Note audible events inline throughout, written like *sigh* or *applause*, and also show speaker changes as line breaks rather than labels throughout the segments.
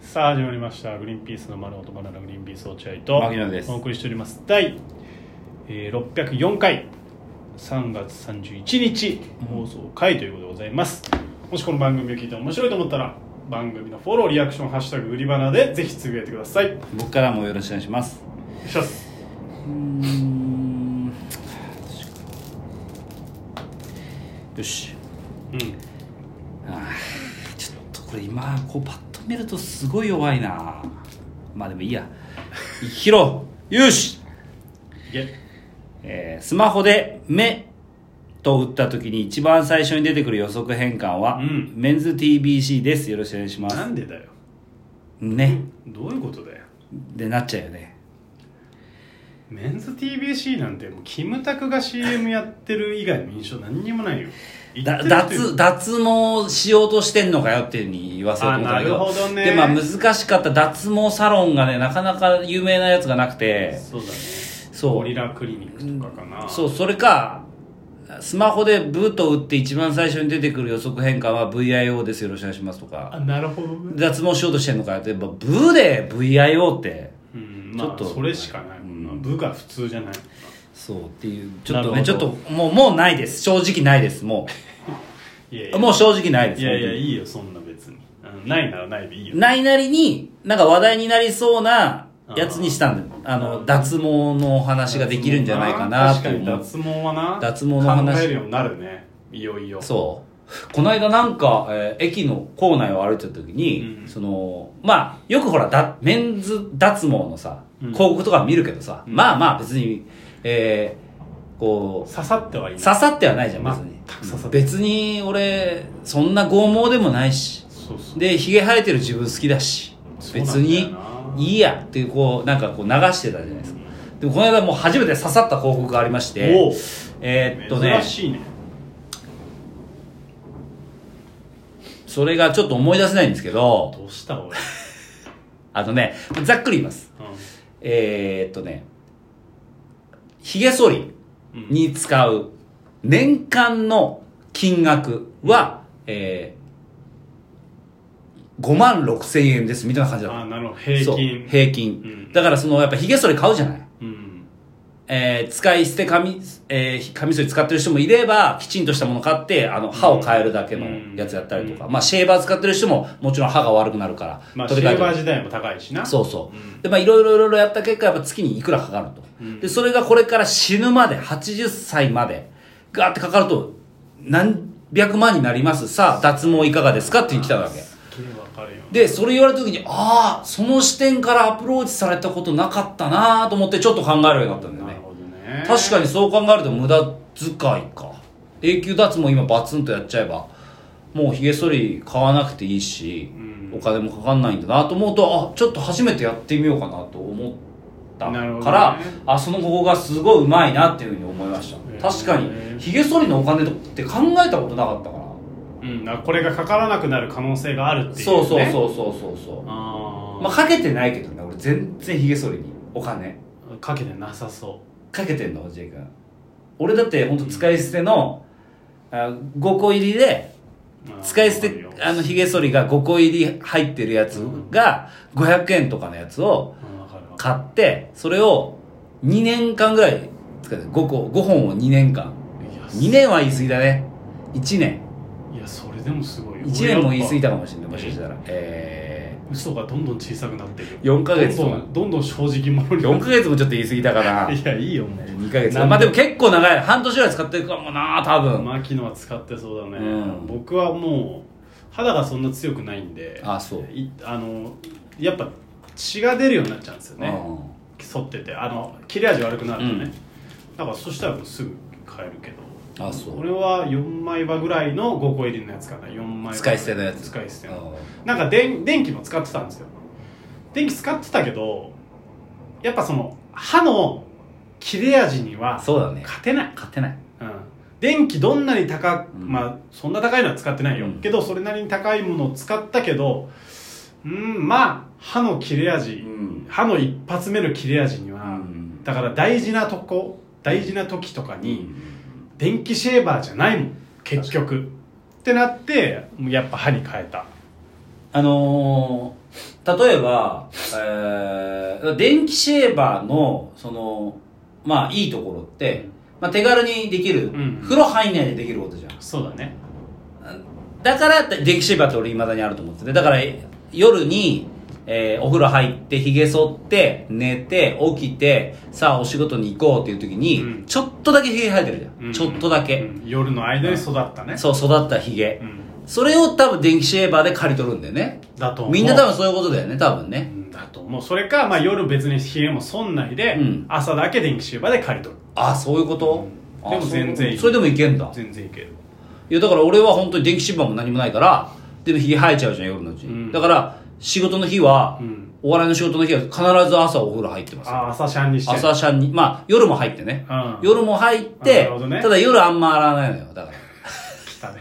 さあ始まりましたグリーンピースの丸ごとバナナグリーンピース落合
牧野です
とお送りしております第、えー、604回3月31日放送回ということでございますもしこの番組を聞いて面白いと思ったら番組のフォローリアクション「ハッシュタグ売りバナ」でぜひつぶやいてくださいよ
僕からもよろしくお願いします
いしょっす
うーんよし
うん
あーちょっとこれ今こうパッと見るとすごい弱いなまあでもいいや生きろよし、
いけ
えースマホで「目」と打った時に一番最初に出てくる予測変換は、
うん
メンズ TBC ですよろしくお願いしま
な
す
んでだよ
ね
どういうことだよ
でなっちゃうよね
メンズ TBC なんてもうキムタクが CM やってる以外の印象何にもないよ言っ
だ
てるっていう
脱脱毛しようとしてんのかよっていうふうに言わせようと思ったんだけど
あなるほどね
でまあ難しかった脱毛サロンがねなかなか有名なやつがなくて
そうだね
そう
ゴリラクリニックとかかな、
そうそれかスマホで「ブ」と打って一番最初に出てくる予測変換は VIO ですよろしくお願いしますと
あ
か
なるほどね
脱毛しようとしてんのかよってやっぱ「ブ」で VIO って
うんまあ
ちょっと
それしかないもんな、
うん
部が普通じゃない
そうっていうちょっと
な
ね
る
ちょっ
ほ
と
ど
もうもうないです正直ないですも
*laughs* いやいうや
もう正直ないです
いやいやいいよそんな別に、うんないならないでいいよ
ないなりに、なんか話題になりそうなやつにしたんだよ。あ
う
の、
ん
脱毛のお話ができるんじゃないかなって
確かに
思う。
脱毛はな
脱毛の話
考えるようになるねいよいよ
そう。この間なんか、えー駅の構内を歩いてた時に、
うん
その、まあ、よくほら、だメンズ脱毛のさ、
うん
広告とか見るけどさ、
うん
まあまあ別に、えーこう、
刺さってはいない
刺さってはないじゃん、別に
全く刺さって。ない
別に俺、そんな剛毛でもないし、
そうそう
で、髭生えてる自分好きだし、別にいいやっていうこうなんかこう流してたじゃないですかでもこの間もう初めて刺さった広告がありまし
お
て
う
えーっとね
珍しいね
それがちょっと思い出せないんですけど
どうした
*laughs*
俺、
あのねざっくり言いますえー、っとねひげ剃り
うんうん、
に使う年間の金額は、えー、5万6千円ですみたいな感じだった
あなるほど平
そう
均
平均、
うん
だからそのやっぱひげ剃り買うじゃない
うん
えー使い捨て紙、えー、紙剃り使ってる人もいれば、きちんとしたもの買って、あの、歯を変えるだけのやつやったりとか、
うん
まあ、シェーバー使ってる人も、もちろん歯が悪くなるから、
まあシ
取
ェー
り替えて
バー自体も高いしな
そうそう。
うん
で、まあ、いろいろいろいろやった結果、やっぱ月にいくらかかると。
うん
で、それがこれから死ぬまで、80歳まで、ガーってかかると、何百万になります。さあ、脱毛いかがですかって来たわけ。
すげえわかるよ
で、それ言われた時に、ああ、その視点からアプローチされたことなかったなーと思って、ちょっと考えるようになったんだよ
な
ね
る。ほどね
確か
に
にそう考えると無駄遣いか永久脱毛今バツンとやっちゃえばもうひげ剃り買わなくていいし、
うん
お金もかかんないんだなと思うとあちょっと初めてやってみようかなと思った
なるほ
か
ど
ら、
ね
あそのここがすごいうまいなっていうふうに思いまし
へー
た確かにひげ剃りのお金って考えたことなかったから
うん、だからこれがかからなくなる可能性があるっていう、ね、
そうそうそうそうそうそう
あー、
まあかけてないけどね俺全然ひげ剃りにお金
かけてなさそ
かけてんのジェイ君俺だって本当使い捨ての、あ5個入りで
ううん
使い捨
わかる
て
よ
あのひげ剃りが5個入り入ってるやつが500円とかのやつを
うんわかるわか
買ってそれを2年間ぐらい使って5個5本を2年間
るいや
2年は言い過ぎだね1年
いやそれでもすごいよ
1年も言い過ぎ
た
たかもしれないもしかしたらえ
嘘がどんどん小さくなってる
ー、4ヶ月と
どん
か
どんどんどん正直者にな
4
って
ヶ月もちょっと言い過ぎたかな
いやいいよもう
2ヶ月
なんで
まあでも結構長い半年ぐらい使ってるかもな多分
牧野は使ってそうだね、
うん
僕はもう肌がそんな強くないんで
あそう
いあのやっぱ血が出るようになっちゃうんですよね、
うん
剃っててあの切れ味悪くなるとね、
うん
だからそしたらもうすぐ買えるけど
あそう
俺は4枚刃ぐらいの5個入りのやつかな4枚刃
使い捨てのやつ
使い捨ての
あ
なんかでん電気も使ってたんですよ電気使ってたけどやっぱその歯の切れ味に
ー
は
そうだね
勝てない、
勝てない
うん、電気どんなに高く、
うん
まあそんな高いのは使ってないよ、
うん
けどそれなりに高いものを使ったけどうんまあ歯の切れ味、
ん
歯の一発目の切れ味には、
うん
だから大事なとこ大事な時とかに電気シェーバーじゃないもん結局ってなってやっぱ歯に変えた
あのー例えば、えー電気シェーバーの、その、まあ、いいところって、まあ、手軽にでき
う
る、
ん
風呂入んないでできることじゃん。
そうだね
だから、電気シェーバーって俺未だにあると思ってて、だから、え夜に、えーお風呂入って、髭剃って、寝て、起きて、さあお仕事に行こうっていう時に、
うん
ちょっとだけ髭生えてるじゃん。
うん
ちょっとだけ。
うん夜の間に育ったね
そう、育った髭、
うん
それを多分電気シェーバーで刈り取るんだよね。
だと思う
みんな多分そういうことだよね、多分ね。
うんだと思うそれか、まあ、夜別に冷えもそんないで、
うん
朝だけ電気シェーバーで借りとる
あ、そういうこと、
うん
あ
でも全然いい
そういうことそれでもいけんだ。
全然いける
いや、だから俺は本当に電気シェーバーも何もないから、でも髭生えちゃうじゃん、夜のうちに。
うん
だから、仕事の日は、
うん
お笑いの仕事の日は必ず朝お風呂入ってます。
あ朝シャンにして
朝シャンに、まあ夜も入ってね。
うん
夜も入っ
な
て
るほど、ね
ただ夜あんま洗わないのよ。だから。
来たね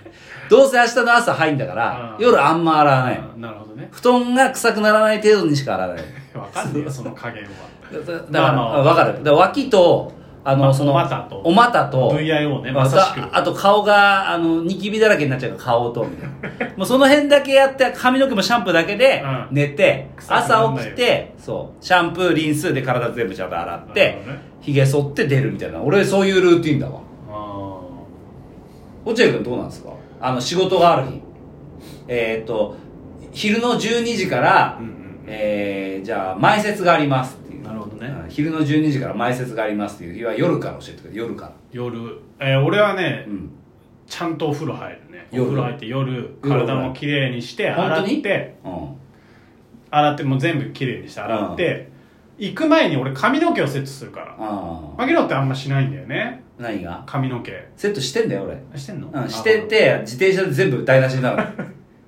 どうせ明日の朝入んだから、
うん
夜あんま洗わないの。
あなるほどね *laughs*
布団が臭くならない程度にしか洗わない。
わかんねえよその加減は
だだだか
まあ
ら、
まあ
わかる。だから脇と、あの、
まあ
その、
お股と
お股と
VIO ね
まあ
まさしく
ああと顔が、あの、ニキビだらけになっちゃうから顔
*laughs*
と、みたいな。もうその辺だけやって、髪の毛もシャンプーだけで
うん、
寝て、
臭くなら
朝
ないよ
起きて、そう、シャンプー、リンスで体全部ちゃんと洗っ
なる
て
ほどね、
髭剃って出るみたいな。俺、そういうルーティンだわ。
あ
落合君どうなんですかあの、仕事がある日。えーっと、昼の12時から、
うんうん
えーじゃあ、前説がありますっていう。
なるほどね
うん昼の12時から前説がありますっていう日は夜から教えてくれ。夜から。
夜、えー俺はね、
うん。
ちゃんとお風呂入るねお
夜
風呂入って夜
夜
体もきれいにして洗
本当に
って
うん。
洗ってもう全部きれいにして洗って、行く前に俺髪の毛をセットするから
ああ。
牧野ってあんましないんだよね
何が
髪の毛
セットしてんだよ、俺。
してんの、
うん、してて、自転車で全部台無しにな *laughs* る。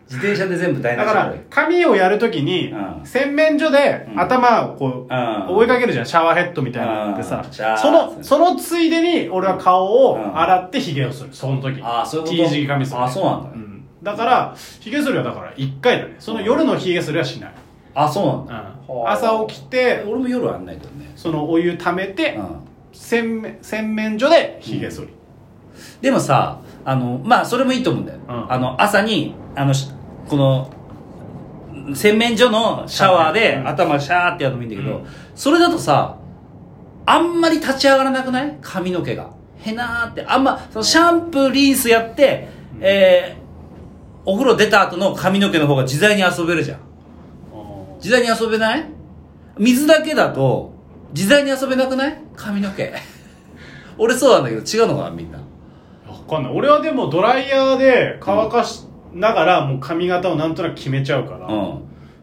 自転車で全部台無し
だ
に
か
な
ら
る。
髪をやるときに、
うん
洗面所で
うん
頭をこう、
うん
追いかけるじゃんシャワーヘッドみたいなので
う
さ
んシャー
そのそのついでに俺は顔を
うん
洗ってひげをするその時
ああ、そういうこと。
T 字切り髪するね
あそうなんだ。
うんだからひげ剃りはだから1回だねその夜のひげ剃りはしない、
あ、そうなん
うん
だ。はあ
朝起きて
俺も夜はやんないけどね。
そのお湯溜めて、
うん。
洗面洗面所でひげ剃り、
でもさあのまあそれもいいと思うんだよ、
うん
あの朝にあのしこの洗面所のシャワーで
うん
頭シャーってやるのもいいんだけど、
うん
それだとさあんまり立ち上がらなくない髪の毛がへなーってあんまそのシャンプーリンスやって、えーお風呂出た後の髪の毛の方が自在に遊べるじゃん自在に遊べない水だけだと自在に遊べなくない髪の毛 *laughs* 俺そうなんだけど違うのかなみんな
分かんない俺はでもドライヤーで乾かしながらもう髪型をなんとなく決めちゃうから、
うん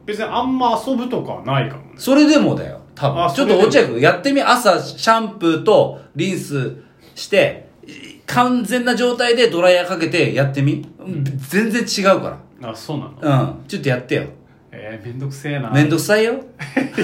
別にあんま遊ぶとかはないかもね
それでもだよ。多
あ
分。ち
そ
ょっ
れで
と
も
落合君やってみ、朝シャンプーとリンスして、い完全な状態でドライヤーかけてやってみ。全然違うか
あそうなの
ら。うん。ちょっとやってよ。
えー、めんどくせえな
めんどくさいよ。
い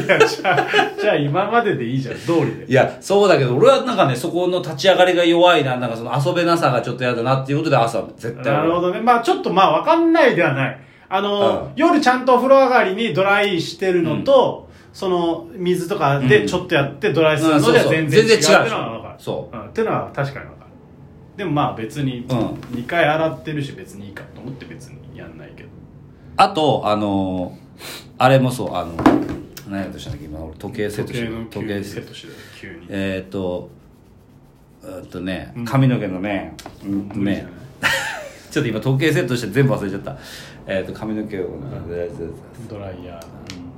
やじゃあじゃあ今まででいいじゃん通りで
いや、そうだけど、俺はなんかね、そこの立ち上がりが弱いな、なんかその遊べなさがちょっと嫌だなっていうことで朝絶対。
なるほどねまあちょっとまあわかんないではないあの、
うん
夜ちゃんとお風呂上がりにドライしてるのと、その水とかでちょっとやってドライするのじゃ全然違うっていうのは分かる、
そう
ん、っていうのは確かに分かるでもまあ別に
う
2回洗ってるし別にいいかと思って別にやんないけど
あと、あのーあれもそう、あの、何やとしたんだっけ、今俺時計セット
時
し
計
て
の
る。
急
時
に
計
セ
セッ
ッ
ト
ト。してる急に
えーっと、うーっとね
うん、
髪の毛のね、うんと
無理じゃ
ね
ない、
*laughs* ちょっと今時計セットして全部忘れちゃった。えーっと、髪の毛を、
ドライヤー、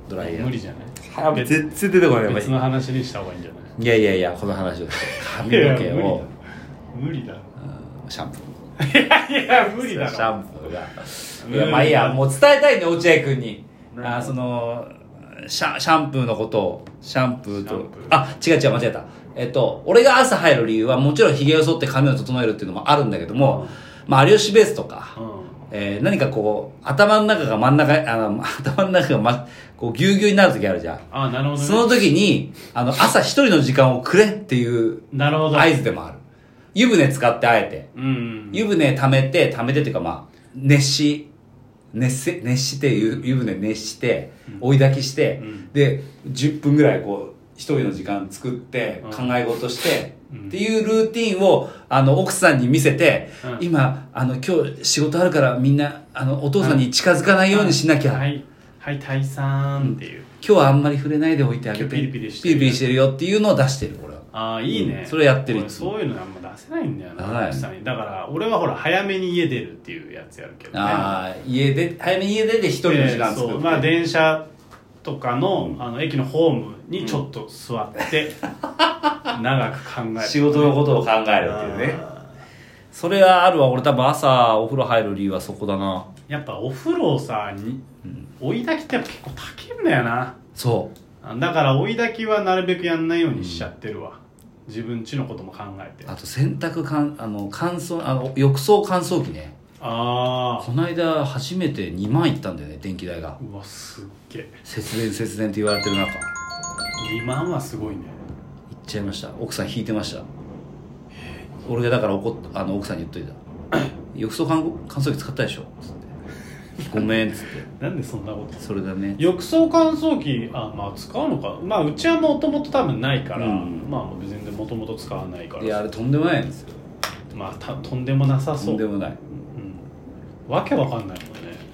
ドライヤー
無理じゃ
は
ない
い全然出てこないやっぱり
別の話にした方がいいんじゃない
いやいやいや、この話を。髪の毛を、
無理だ
うんシャンプ
いや無
ー。
理
シ
だ
ャンプ
うん
ーが。いや、まあいいや、もう伝えたいね、落合君に。
何
あーその、シャシャンプーのことを、シャンプー
シャ
と
ンプー、
あ、違う違う、間違えた。えっと、俺が朝入る理由は、もちろん髭を剃って髪を整えるっていうのもあるんだけども、まあ、有吉ベースとか、
う
えー何かこう、頭の中が真ん中、あの、頭の中がま、こう、ぎゅうぎゅうになる時あるじゃん。
ん、あなるほど、ね、
その時に、あの、朝一人の時間をくれっていう
なるほど
合図でもある。湯船使ってあえて。
うん
湯船溜めて、溜めてっていうかまあ、熱し、熱せ、熱して、湯湯船熱して、追い焚きして、
うん
で、10分ぐらいこう、一人の時間作って、
うん
考え事して、っていうルーティンをあの奥さんに見せて、
うん
今あの今日仕事あるからみんなあのお父さんに近づかないようにしなきゃ、
はいはい退散っていう、
今日はあんまり触れないでおいてあげて
今日ピリピリして
ピ
る
リピリしてるよっていうのを出してるこれは
ああいいね、
うんそれやってる
俺そういうのあんま出せないんだよな、
はい
奥さんにだから俺はほら早めに家出るっていうやつやるけどね
ああ家で早めに家出て一人の時間
で
作っ
そ
て、
うまあ電車とかのあの駅のホームにちょっと座って、長く考える
仕事のことを考えるっていうねそれはあるわ俺多分朝お風呂入る理由はそこだな
やっぱお風呂をさに追い炊きってやっぱ結構炊けんだよな
そ
だから追い炊きはなるべくやんないようにしちゃってるわ、自分ちのことも考えて
う
あ
あと洗濯かんあの乾燥あの浴槽乾燥機ね
あ
この間初めて2万いったんだよね電気代が
ーうわすっげえ
節電節電って言われてる中いっ
2万はすごいね
ちゃいました奥さん引いてました俺がだから怒っあの奥さんに言っといた *coughs* 「浴槽乾乾燥機使ったでしょ」つって「ごめん」っつって
なんでそんなこと
「それだね」
浴槽乾燥機あまあ使うのかまあうちはもともと多分ないから、
うん
まあ全然もともと使わないから
いやあれとんでもないんですよ
まあたとんでもなさ
と
そ
ん
う
でもない
うん、わけわかんないもんね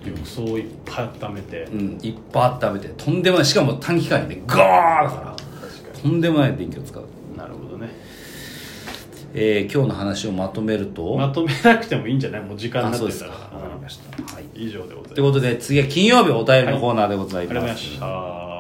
浴槽をいっぱい温めて
うんいっぱい食べてとんでもないしかも短期間にねガーだからとんでもない電気を使う、
なるほどね
えー今日の話をまとめると、
まとめなくてもいいんじゃないもう時間
あ
にな
そう
っ
で
て
す
た
か
から
わかりました、はい、
以上でござい
とい
ま
う
す
ことで次は金曜日お便りのコーナーでござ
あ
い
りが
ます、
とうございました